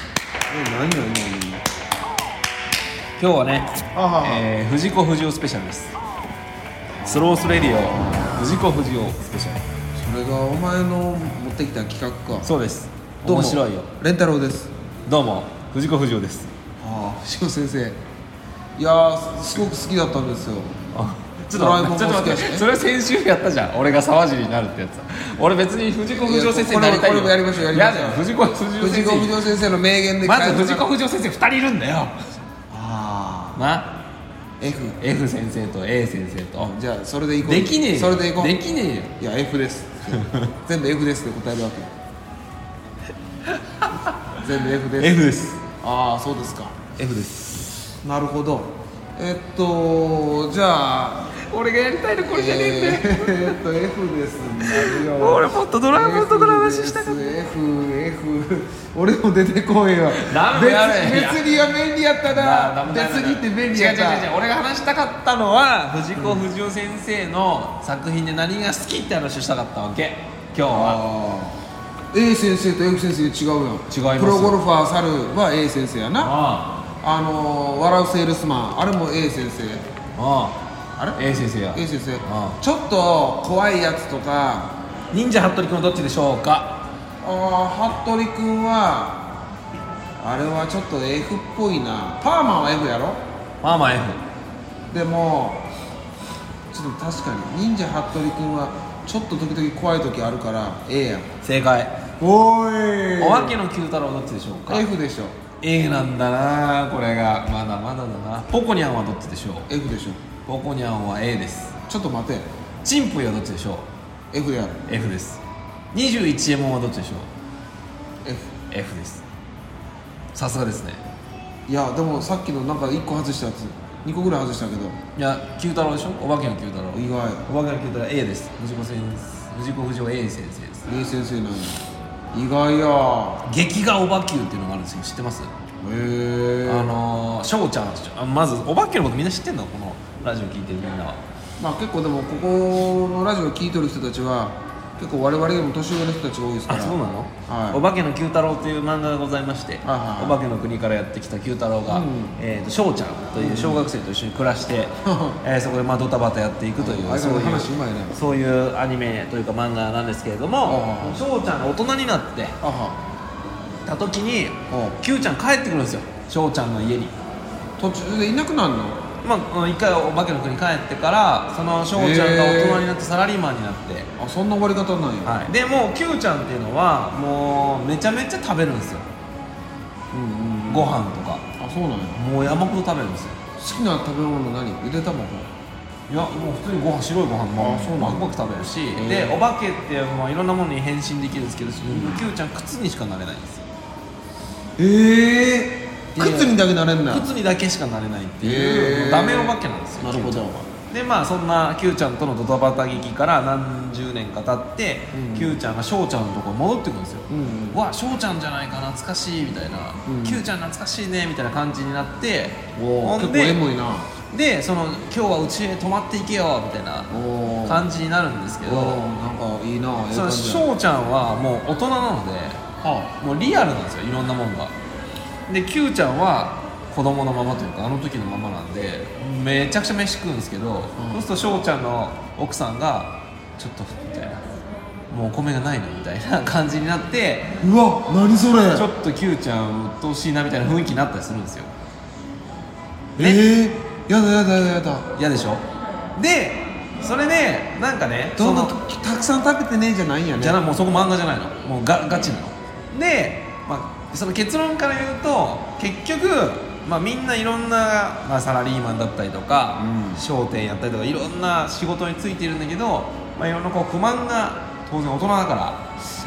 何よ今の今日はね、あははえー、藤子不二雄スペシャルですスロースレディオ藤子不二雄スペシャルそれがお前の持ってきた企画かそうですどうも面白いよレンタロウですどうも藤子不二雄ですああ藤子先生いやーすごく好きだったんですよ あちょっドとラえもん待もって好きちょっと待っだしてねそれ先週やったじゃん俺が沢尻になるってやつ俺別に藤子不二雄先生になりたいよいやこれもこれもやりましょうやりましょうやだよ藤子不二雄藤先子不二生雄先生の名言でまず藤変えた子不二雄先生2人いるんだよあなあ F F 先生と A 先生とじゃあそれでいこうできねえよそれでいこうできねえよいや F です全部 F ですって答えるわけ全部 F です F ですああそうですか F ですなるほどえっとじゃあ俺がやりたいのこれじゃねえんだよ、えーっと F ですになるよ俺もっとドラえもんとの話したかった FF 俺も出てこいよダメやれ別別にが便利やったなあダなメ別ダメにって便利やっ違う違う違たう俺が話したかったのは藤子不二雄先生の作品で何が好きって話をしたかったわけ今日はあー A 先生と F 先生違うよ違いますプロゴルファー猿は A 先生やなああのー笑うセールスマンあれも A 先生あああれ A 先生や A 先生あちょっと怖いやつとか忍者服部君どっちでしょうかああ服部君はあれはちょっと F っぽいなパーマンは F やろまあまあ F でもちょっと確かに忍者服部君はちょっと時々怖い時あるから A やん正解おーいお化けの九太郎どっちでしょうか F でしょ A なんだなこれがまだまだだなポコニャンはどっちでしょう F でしょポコニャンは A ですちょっと待てチンプイはどっちでしょ F でやるう F です 21M はどっちでしょう F F ですさすがですねいやでもさっきのなんか1個外したやつ2個ぐらい外したけどいや九太郎でしょお化けの九太郎意外お化けの九太郎 A です藤子先生藤子不二雄 A 先生です A 先生なんや意外や劇画おばきゅうっていうのがあるんですよ知ってます、へえあのー翔ちゃんあまずおばきゅうのことみんな知ってんのこのラジオ聞いてるみんなはまあ結構でもここのラジオ聞いてる人たちは結構我々よりも年上の人たちが多いですかあらそうなの、はいお化けの九太郎という漫画がございまして、はいはいお化けの国からやってきた九太郎が、うんえーと翔ちゃんという小学生と一緒に暮らして、えーそこでまあドタバタやっていくという、あそういう話うまいねそういうアニメというか漫画なんですけれどあもあ翔ちゃんが大人になってあはた時にあキューちゃん帰ってくるんですよ翔ちゃんの家に。途中でいなくなるのまあ、一回お化けの国帰ってからその翔ちゃんが大人になってサラリーマンになって、あそんな終わり方なんや、はい、でもうキューちゃんっていうのはもうめちゃめちゃ食べるんですようんうんご飯とかあそうなんやもう山ほど食べるんですよ好きな食べ物何ゆで卵いやもう普通にご飯白いご飯もあそうなんだバクバク食べるしへでえお化けってまあいろんなものに変身できるんですけどキューちゃん靴にしかなれないんですよええいやいや靴にだけなれんな靴にだけしかなれないってへえいうダメお化けなんですなよるほキューちゃどんはでまあそんなキューちゃんとのドタバタ劇から何十年か経ってうんキューちゃんが翔ちゃんのとこ戻ってくるんですようんうんわ翔ちゃんじゃないか懐かしいみたいなうんキューちゃん懐かしいねみたいな感じになっておほお結ん構エでモいなでその今日はうちへ泊まっていけよみたいなおお感じになるんですけおどなんかいいなええその感じや翔ちゃんはもう大人なのではもうリアルなんですよいろんなもんがで Q ちゃんは子供のままというかあの時のままなんでめちゃくちゃ飯食うんですけど、んそうすると翔ちゃんの奥さんがちょっとみたいなもうお米がないのみたいな感じになってあうわ何それちょっと Q ちゃん鬱陶しいなみたいな雰囲気になったりするんですよええやだやだやだやだ嫌でしょでそれでなんかねどんどんそのたくさん食べてねえじゃないんやねじゃないもうそこ漫画じゃないのもうガガチなので、まあ、その結論から言うと結局、まあ、みんないろんな、まあ、サラリーマンだったりとか、うん商店やったりとかいろんな仕事についているんだけど、まあ、いろんなこう不満が当然大人だか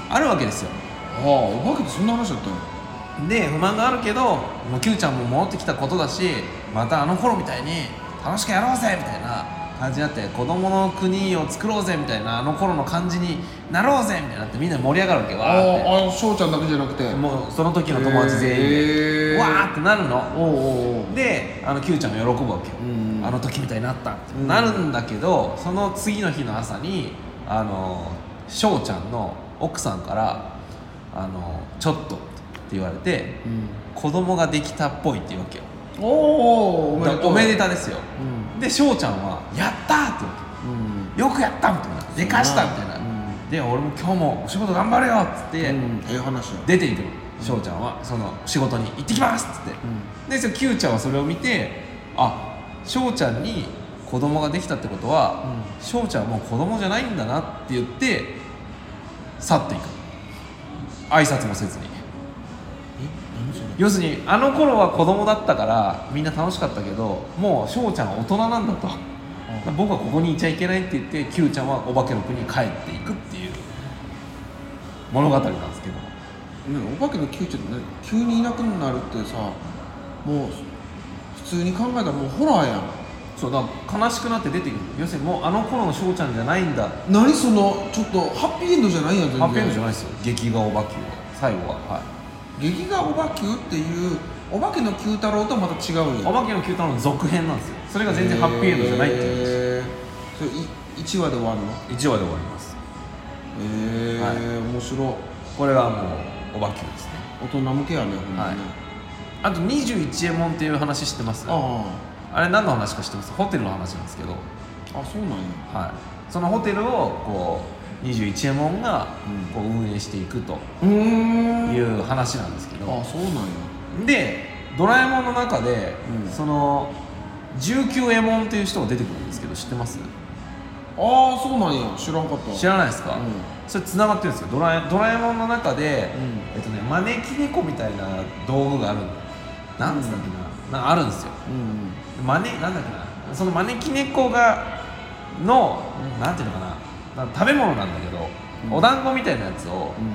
らあるわけですよああお化けってそんな話だったので不満があるけどもう Q ちゃんも戻ってきたことだしまたあの頃みたいに楽しくやろうぜみたいな感じになって子供の国を作ろうぜみたいなあの頃の感じになろうぜみたいになってみんな盛り上がるわけわーってあああ翔ちゃんだけじゃなくてもうその時の友達全員へでーわーってなるのおうおうおうであの Q ちゃんが喜ぶわけよ、うんうんあの時みたいになったってうんなるんだけどその次の日の朝にあの翔ちゃんの奥さんから「あのちょっと言われてうん子供ができたっぽいって言うわけよおおおめでとうおめでたですようんで翔ちゃんは「やった!」って言ううわんけよくやったみたいなでかしたみたいな、うんで俺も今日もお仕事頑張れよっつって、うんええ話や出ていくの翔ちゃんはその仕事に行ってきますっつって、でその Q ちゃんはそれを見てあ翔ちゃんに子供ができたってことは翔、ちゃんはもう子供じゃないんだなって言って去っていく挨拶もせずに何それ要するにあの頃は子供だったからみんな楽しかったけどもう翔ちゃんは大人なんだと、僕はここにいちゃいけないって言って Q ちゃんはお化けの国に帰っていくっていう物語なんですけどねお化けの九ちゃんって何急にいなくなるってさもう普通に考えたらもうホラーやんそうだから悲しくなって出てくる要するにもうあの頃の翔ちゃんじゃないんだ何そのちょっとハッピーエンドじゃないやん全然ハッピーエンドじゃないですよ劇画お化けは最後ははい劇画おばきゅうっていうお化けの九太郎とはまた違うんやお化けの九太郎の続編なんですよそれが全然ハッピーエンドじゃないっていいうう話それい1話で終わるのへ1話で終わりますえはい面白いこれはもうお化けですね大人向けやねほんまにね、あと21右衛門っていう話知ってますああれ何の話か知ってますホテルの話なんですけど、ああそうなんやはい、そのホテルをこう21右衛門がうんこう運営していくとうーいんう話なんですけど、あそうなんやで「ドラえもん」の中で、うんその19エモンっていう人が出てくるんですけど知ってますああそうなんや知らんかった知らないですか、うんそれつながってるんですよドラえドラえもんの中で、うえっとね、招き猫みたいな道具があるなんつうんだっけな,、なあるんですようん招なんだっけなその招き猫がの、なんていうのかなな食べ物なんだけど、うんお団子みたいなやつをうん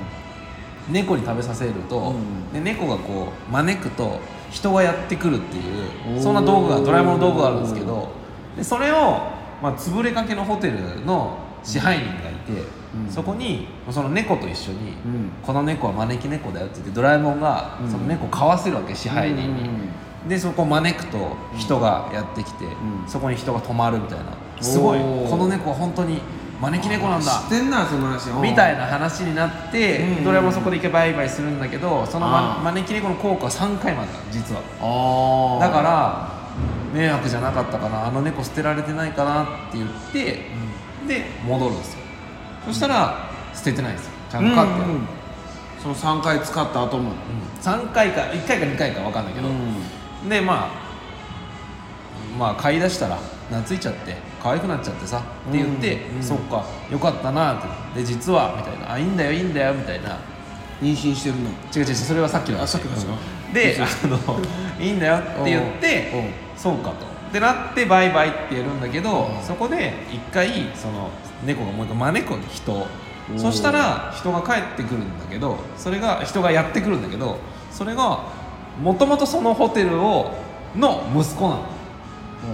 猫に食べさせると、うんで猫がこう招くと人がやってくるっていおうーそんな道具がドラえもんの道具があるんですけどでそれを、まあ、潰れかけのホテルの支配人がいて、うんそこにその猫と一緒に、うんこの猫は招き猫だよって言ってドラえもんがうんその猫を買わせるわけ支配人に。でそこを招くと人がやってきて、んそこに人が泊まるみたいなすごいおーこの猫は本当に招き猫なんだ知ってんなその話みたいいな話になって、うんどれもそこで一回バイバイするんだけどその、まあー招き猫の効果は3回まである実はああだから迷惑じゃなかったかなあの猫捨てられてないかなって言って、で戻るんですよそしたら、捨ててないんですよちゃんと飼ってある、うんうんその3回使った後も3回か1回か2回か分かんないけど、でまあまあ買い出したら懐いちゃって可愛くなっちゃってさって言って、うんうんそっかよかったなってで実はみたいなあいいんだよいいんだよみたいな妊娠してるの違う違う違うそれはさっきの話あさっきの話かうん であの「いいんだよ」って言っておうおう「そうか」と。ってなってバイバイってやるんだけど、そこで一回その猫がもう一回招くの人をおうそしたら人が帰ってくるんだけどそれが人がやってくるんだけどそれがもともとそのホテルをの息子なの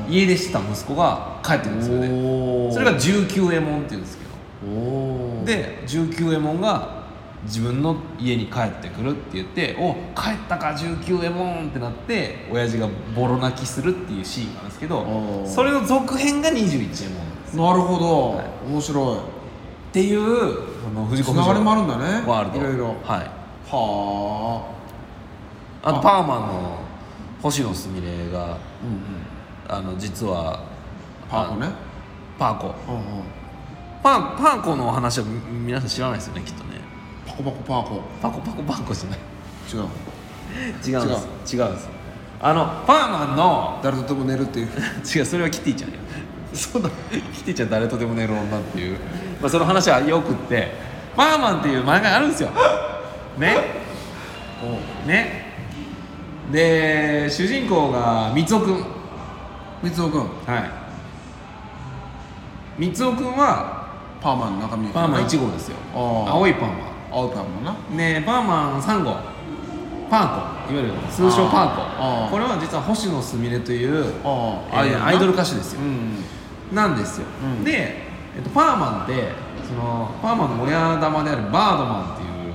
家出してた息子が帰ってくるんですよねおーそれが十九右衛門っていうんですけどおーで19右衛門が自分の家に帰ってくるって言って「お帰ったか19右衛門」ってなって親父がボロ泣きするっていうシーンなんですけどおーそれの続編が21右衛門なんですなるほど、はい面白っていうそのい藤つ子な不がり二雄もあるんだねワールドいろいろははい、ああとパーマンの星野すみれがうんうんあの実はパーコねあパーコうんうんパーパーコの話はみ皆さん知らないですよねきっとねパコパコパーコパコパコパーコじゃない違う違うんです違うんですあのパーマンの誰とでも寝るっていう 違うそれはキティちゃんやそうだキティちゃん誰とでも寝る女っていう、まあ、その話はよくってパーマンっていう漫画があるんですよねねで主人公が三つおくん三つおくんはい三つおくんはパーマンの中身パーマン1号ですよあー青いパーマ青いパーマンなンねパーマン3号パーコいわゆる通称パーあーあコーこれは実は星野すみれというあアイドルアイドル歌手で手すよ、うんなんですよ、うんで、えっと、パーマンってそのパーマンの親玉であるバードマンっていう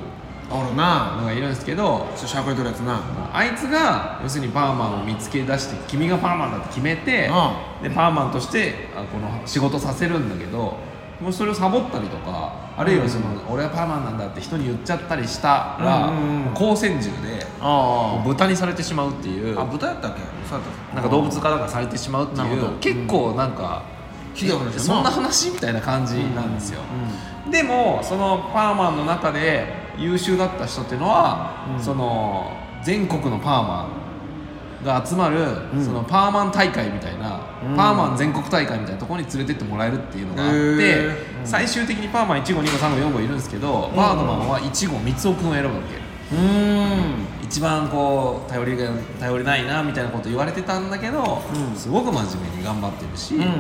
おるなのがいるんですけどちょっとしゃくれとるやつなあいつが要するにパーマンを見つけ出して君がパーマンだって決めてうでパーマンとしてあこの仕事させるんだけどもうそれをサボったりとかあるいはその、俺はパーマンなんだって人に言っちゃったりしたら、うんうんうん光線銃であ豚にされてしまうっていうあ豚やったっけそうやったなんか動物化なんかされてしまうってなるほいうど結構なんか、ひどい話だなそんな話みたいな感じなんですよ、でもそのパーマンの中で優秀だった人っていうのは、うんその全国のパーマンが集まる、うんそのパーマン大会みたいな、うんパーマン全国大会みたいなところに連れてってもらえるっていうのがあって、へーうん最終的にパーマン1号2号3号4号いるんですけど、バードマンは1号三つ君を選ぶわけ。うん一番こう頼りが頼りないなみたいなこと言われてたんだけど、うんすごく真面目に頑張ってるし、うんうんうん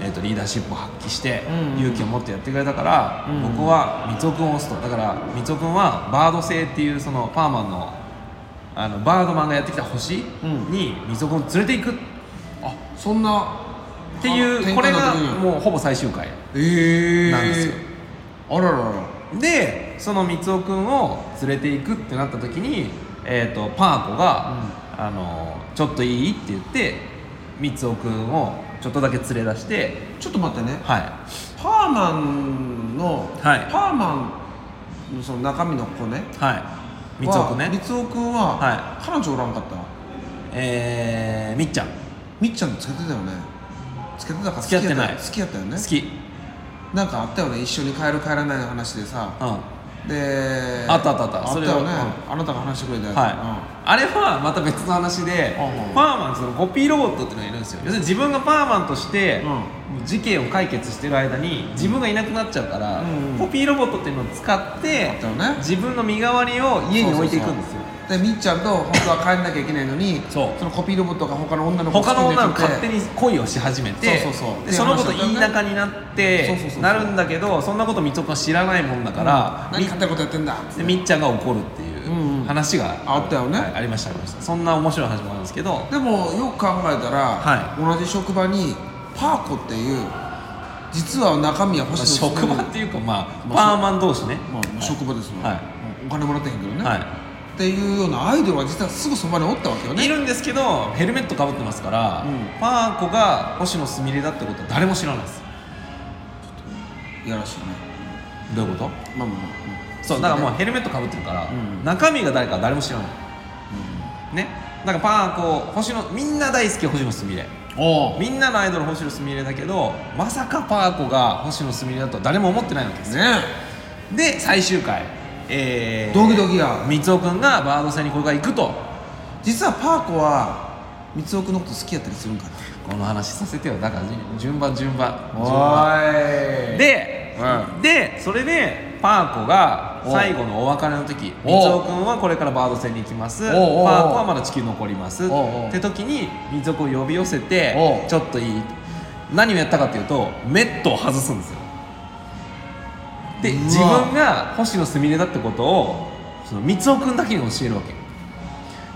えー、とリーダーシップを発揮して、うんうん勇気を持ってやってくれたから、うんうん僕は三く君を押すとだから三く君はバード星っていうそのパーマンのあのバードマンがやってきた星うんに三く君を連れていくっあそんなていう、あこれが転換の時にもうほぼ最終回ええなんですよあらららでその三く君を連れていくってなった時に、えー、とパー子が、あの「ちょっといい?」って言って三く君をちょっとだけ連れ出してちょっと待ってねはいパーマンの、はいパーマンのその中身の子ねはい三くね三尾くんは、は彼女おらんかったえー、みっちゃんみっちゃんつけてたよねつけてたか付き合ってない好きやったよね好き、なんかあったよね一緒に帰る帰らないの話でさうんであったあったあったあっそたれはよね、あなたが話してくれたやつ、はいあれはまた別の話でうんうんパーマンそのコピーロボットっていうのがいるんですよ要するに自分がパーマンとして事件を解決してる間に自分がいなくなっちゃうからうんうんコピーロボットっていうのを使っうん、あてったよね自分の身代わりを家に置いていくんですよでみっちゃんと本当は帰んなきゃいけないのにそうのコピーロボットが他の女の子を他の女の子突っ込ん勝手できてに恋をし始めてそうそうそうでそのこと言い仲になってそうそうそうそうなるんだけどそんなこと三くは知らないもんだから、何み勝手なことやってんだでみっちゃんが怒るっていうんうんう話が、あったよねはいありましたありましたそんな面白い話もあるんですけどでもよく考えたら、は同じ職場にパーコっていう実は中身はまあ星野職場娘っていうかまあまあパーマン同士ね、まあ、職場ですもん、はいお金もらってへんけどね、はいっていうようなアイドルは実はすぐそばにおったわけよいねるんですけどヘルメットかぶってますから、うんパー子が星野すみれだってことは誰も知らないですいやらしいねどういうことまあまあまあそうだからもううヘルメットかぶってるから、うん中身が誰かは誰も知らないねだからパーこう星野みんな大好き星野すみれおおねみんなのアイドル星野すみれだけどまさかパー子が星野すみれだとは誰も思ってないわけですよで最終回えー、ドキドキや三尾君がバード戦にこれから行くと実はパーコは三尾君のこと好きやったりするんかなこの話させてよだからじ順番順番順番おいで、うでそれでパー子がお最後のお別れの時お三尾君はこれからバード戦に行きますおうパーおうおう子はまだ地球に残りますっおうおうて時に三尾君を呼び寄せておうちょっといい何をやったかというとメットを外すんですよでうわ自分が星野すみれだってことをその三尾君だけに教えるわけ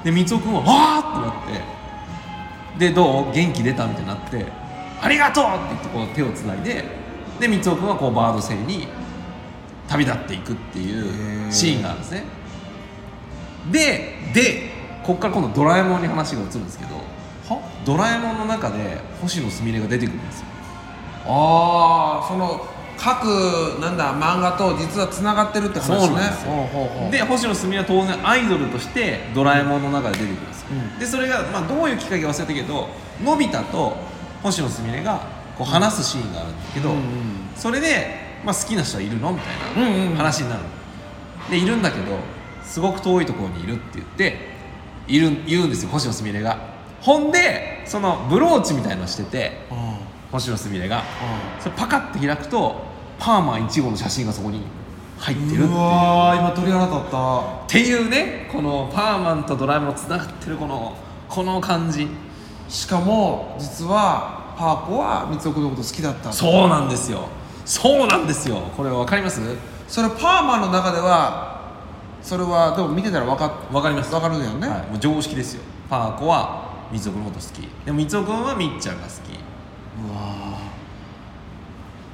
で三尾君は「わー!」ってなってで「どう元気出た?」みたいになって「ありがとう!」って言ってこう手をつないでで三尾君はこうバード星に旅立っていくっていへーうシーンがあるんですねででこっから今度ドラえもんに話が移るんですけどドラえもんの中で星野すみれが出てくるんですよああその各なんだ漫画と実はつながってるって話ねそうなんですよほうほうほうで星野すみれは当然アイドルとしてドラえもんの中で出てくるんですよ、でそれが、まあ、どういうきっかけか忘れたけどのび太と星野すみれがこう話すシーンがあるんだけど、うんうんそれで、まあ、好きな人はいるのみたうんいうんな話になる、でいるんだけどすごく遠いところにいるって言っている言うんですよ星野すみれがほんでそのブローチみたいのしててうん星野すみれがそれパカッて開くとパーマン1号の写真がそこに入ってるっていううわー今鳥肌立ったっていうねこのパーマンとドラえもんつながってるこのこの感じしかも実はパーコは三尾君のこと好きだったそうなんですよそうなんですよこれわかりますそれパーマンの中ではそれはでも見てたら分かわかります分かるんだよね、はい、もう常識ですよパー子はみつおくんのこと好きでもみつおくんはみっちゃんが好きうわ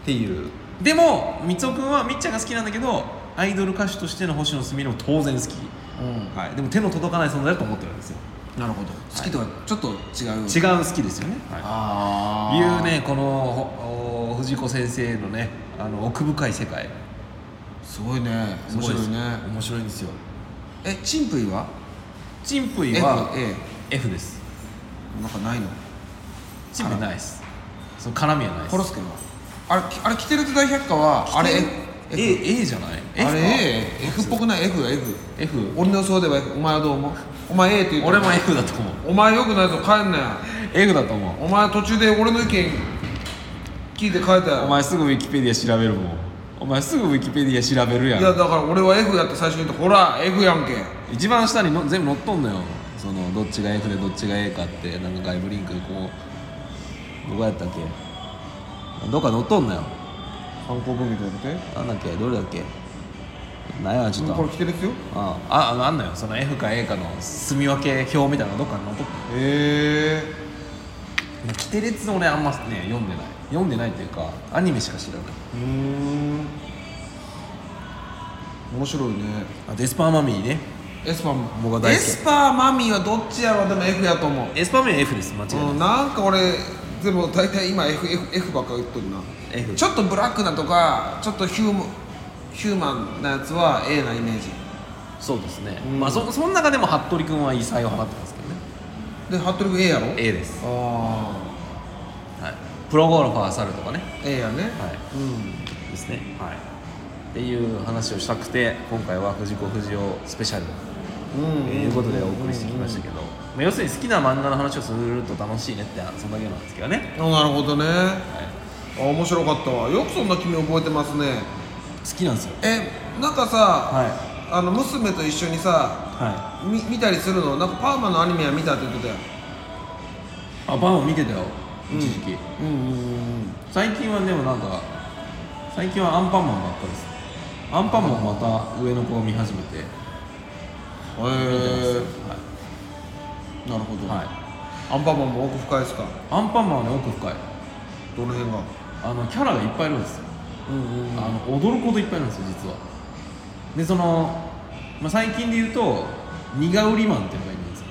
っていうでもみつおくんはみっちゃんが好きなんだけどアイドル歌手としての星野すみれも当然好き、ーうんはい、でも手の届かない存在だと思ってるんですよなるほど好きとはちょっと違う、違う好きですよね、はいああいうねこのほお藤子先生のねあの奥深い世界すごいねす面ご白でいすね面白いんですよえチンプイはチンプイ F は A F ですなんかないのチンプイないですその絡みはないですコロスケはあれきあれ着てると大百科はあれ F, F A, A じゃない F あれか A F っぽくない F F F 俺の予想では F お前はどう思うお前 A って言って俺も F だと思うお前よくないと帰んなよ F だと思うお前途中で俺の意見聞いて帰ったおよ前すぐウィキペディア調べるもんお前すぐウィキペディア調べるやんいやだから俺は F やって最初に言ってほら F やんけ一番下にの全部載っとんのよそのどっちが F でどっちが A かってなんか外部リンクでこうどこやったっけどっか載っとんのよ観光文みたいななんだっけどれだっけなんやちょっこれと着てるっすよあああのあんのよその F か A かの住み分け表みたいなのどっかに載っとっへえ規定列の俺あんまね読んでない読んでないっていうかアニメしか知らないーうーん面白いねあとエスパーマミーねエスパーも僕は大好きエスパーマミーはどっちやろうでも F やと思うエスパーマミー F です間違いない、うん、なんか俺でも大体今 F, F, F ばっか言っとるな F ちょっとブラックなとかちょっとヒューマンヒューマンなやつは A なイメージそうですね、うんまあそその中でも服部君は異彩を放ってますけどねで服部君 A やろ A です、あはい、プロゴルファー猿とかねあ A やね、はいうんですねはいっていう話をしたくて今回は藤子不二雄スペシャルとうんいうことでお送りしてきましたけど、まあ、要するに好きな漫画の話をすると楽しいねってそんだけなんですけどね、あなるほどねはい、あ面白かったわよくそんな君覚えてますね好きなんですよえなんかさ、はあの娘と一緒にさはみ見たりするのなんかパーマのアニメは見たって言ってたよいあバンを見てたよ一時期、うんうんうん最近はでもなんか最近はアンパンマンばっかりですアンパンマンまた上の子を見始めて、へえなるほど、はい、はい、アンパンマンも奥深いですかアンパンマンはね奥深いどの辺があのキャラがいっぱいいるんですようんうんうんあの踊ることいっぱいいるんですよ実はでその、まあ、最近で言うとニガウリマンっていうのがいるんですけ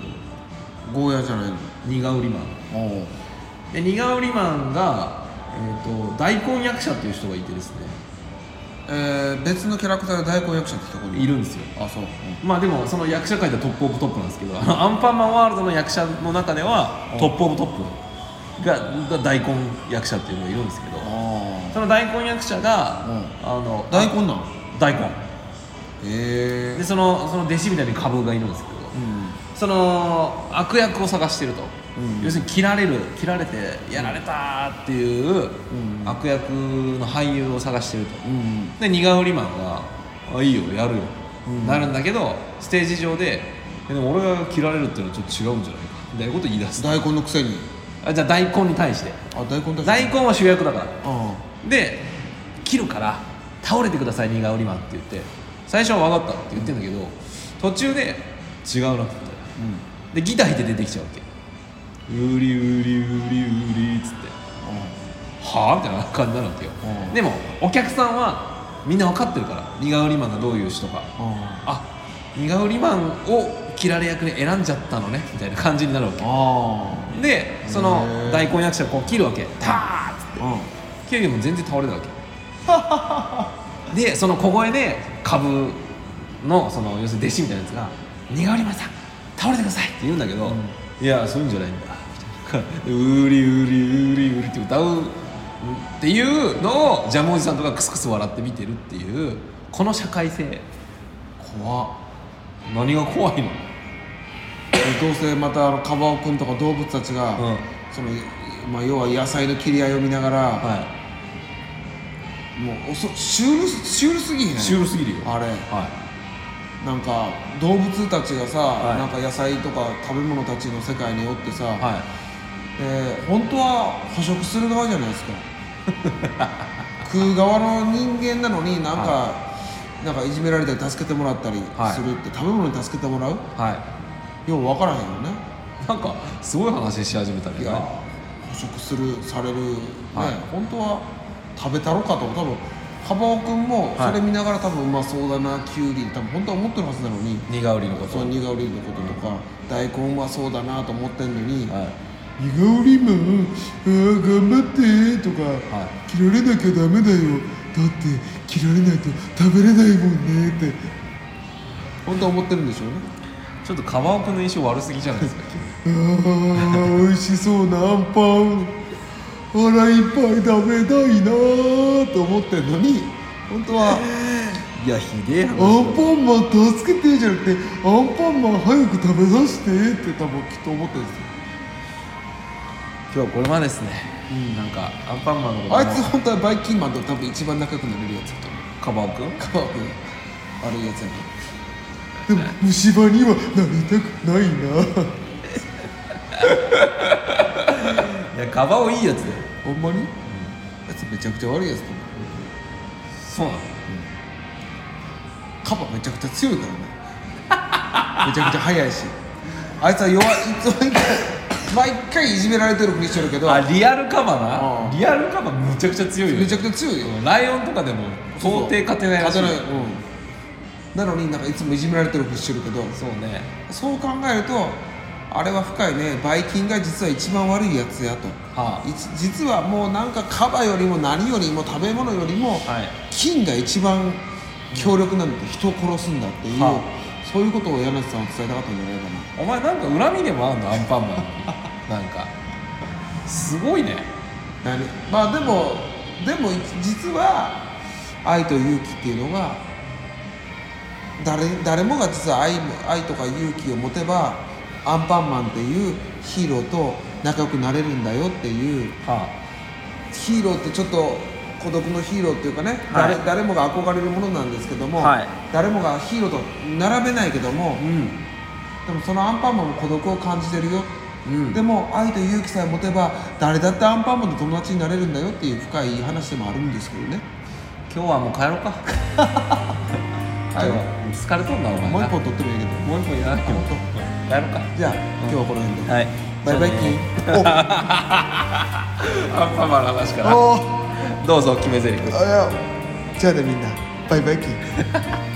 どゴーヤじゃないのニガウリマンおうでニガウリマンが、えー、と大根役者っていう人がいてですねえー、別のキャラクターで大根役者ってとこにいるんですよあそう、まあでもその役者界ではトップオブトップなんですけど あのアンパンマンワールドの役者の中ではトップオブトップがが大根役者っていうのがいるんですけどあその大根役者が、うんあのあ大根なん大根へでえそのその弟子みたいに株がいるんですけど、うんその悪役を探してると、うん要するに切られる切られてやられたーっていううん悪役の俳優を探してるうとんでニガウリマンが「あいいよやるよ」うんなるんだけどステージ上で「えでも俺が切られるっていうのはちょっと違うんじゃないか」みたいなこと言い出す大根のくせにあじゃあ大根に対してあ大根だ大根は主役だからあで切るから倒れてくださいニガウリマンって言って最初は分かったって言ってんだけど、途中で違うなって言ってあうんでギター弾いて出てきちゃうわけウリウリウリウリっつってはあみたいな感じになるわけよ、うんでもお客さんはみんな分かってるからニガウリマンがどういう人かああニガウリマンを切られ役に選んじゃったのねみたいな感じになるわけあでそのへえ大根役者をこう切るわけターッつってうん切るけど全然倒れたわけでその小声で株のその要するに弟子みたいなやつが「ニガウリマンさん倒れてください」って言うんだけど「いやそういうんじゃないんだ」みたいな「うりうりうりうり」って歌うっていうのをジャムおじさんとかクスクス笑って見てるっていうこの社会性怖っ何が怖いのでどうせまたあのカバオくんとか動物たちが、うんそのまあ要は野菜の切り合いを見ながら、はもうおそシュールシュールすぎへんいシュールすぎるよあれはなんか動物たちがさ、はいなんか野菜とか食べ物たちの世界におってさ、いはいで本当は捕食する側じゃないですか 食う側の人間なのになんか、なんかいじめられたり助けてもらったりはいするって、食べ物に助けてもらうはよう分からへんよねいなんかすごい話し始めたねいや捕食するされる、ねはい本当は食べたろかと多分カバオくんもはそいれ見ながら多分うまそうだなキュウリ多分本当は思ってるはずなのにニガウリのことそのニガウリのこととか、大根うまそうだなと思ってんのに、はいニガウリマン、ああ、頑張ってとか、は切られなきゃダメだよ。だって、切られないと食べれないもんねって本当は思ってるんでしょうねちょっとカバオくんの印象悪すぎじゃないですかあー美味しそうなあんパン腹いっぱい食べたいなーと思ってんのに本当は。いやひでえアンパンマン助けてじゃなくてアンパンマン早く食べさせてって多分きっと思ってるんですよ今日はこれまでですね、なんかアンパンマンのこともあいつ本当はバイキンマンと多分一番仲良くなれるやつだと思カバオくんうカーブ悪いやつやなでも虫歯にはなりたくないないやカバオいいやつだよほんまに、あいつめちゃくちゃ悪いやつだと思そうなのうカバめちゃくちゃ強いからねめちゃくちゃ速いしあいつは弱いいつも毎回毎回いじめられてるふりしてるけどあリアルカバうな、んリアルカバむちゃくちゃ強いよめちゃくちゃ強いよライオンとかでも到底勝てないらし勝ていない、うん、なのになんかいつもいじめられてるふりしてるけどそうねそう考えるとあれは深いねバイキンが実は一番悪いやつやとはいち実はもうなんかカバよりも何よりも食べ物よりもあ、はい菌が一番強力なんだって人を殺すんだっていう、はそういうことを柳瀬さんは伝えたかったんじゃないかなお前なんか恨みでもあんのアンパンマン になんかすごいねなるまあでもでも実は愛と勇気っていうのが誰誰もが実は愛も愛とか勇気を持てばアンパンマンっていうヒーローと仲良くなれるんだよっていうはヒーローってちょっと孤独のヒーローっていうかね、はい誰誰もが憧れるものなんですけども、はい誰もがヒーローと並べないけどもあうんでもそのアンパンマンも孤独を感じてるようんでも愛と勇気さえ持てば誰だってアンパンマンと友達になれるんだよっていう深い話でもあるんですけどね今日はもう帰ろうか 帰ろうもう疲れとんなお前なもう一本取ってもいいけどもう一本いらないよ本帰ろうかじゃあ今日はこの辺で、はいバイバイキじゃあねンアンパンマンの話からおおーどうぞ決め台詞あいやじゃあねみんなバイバイキン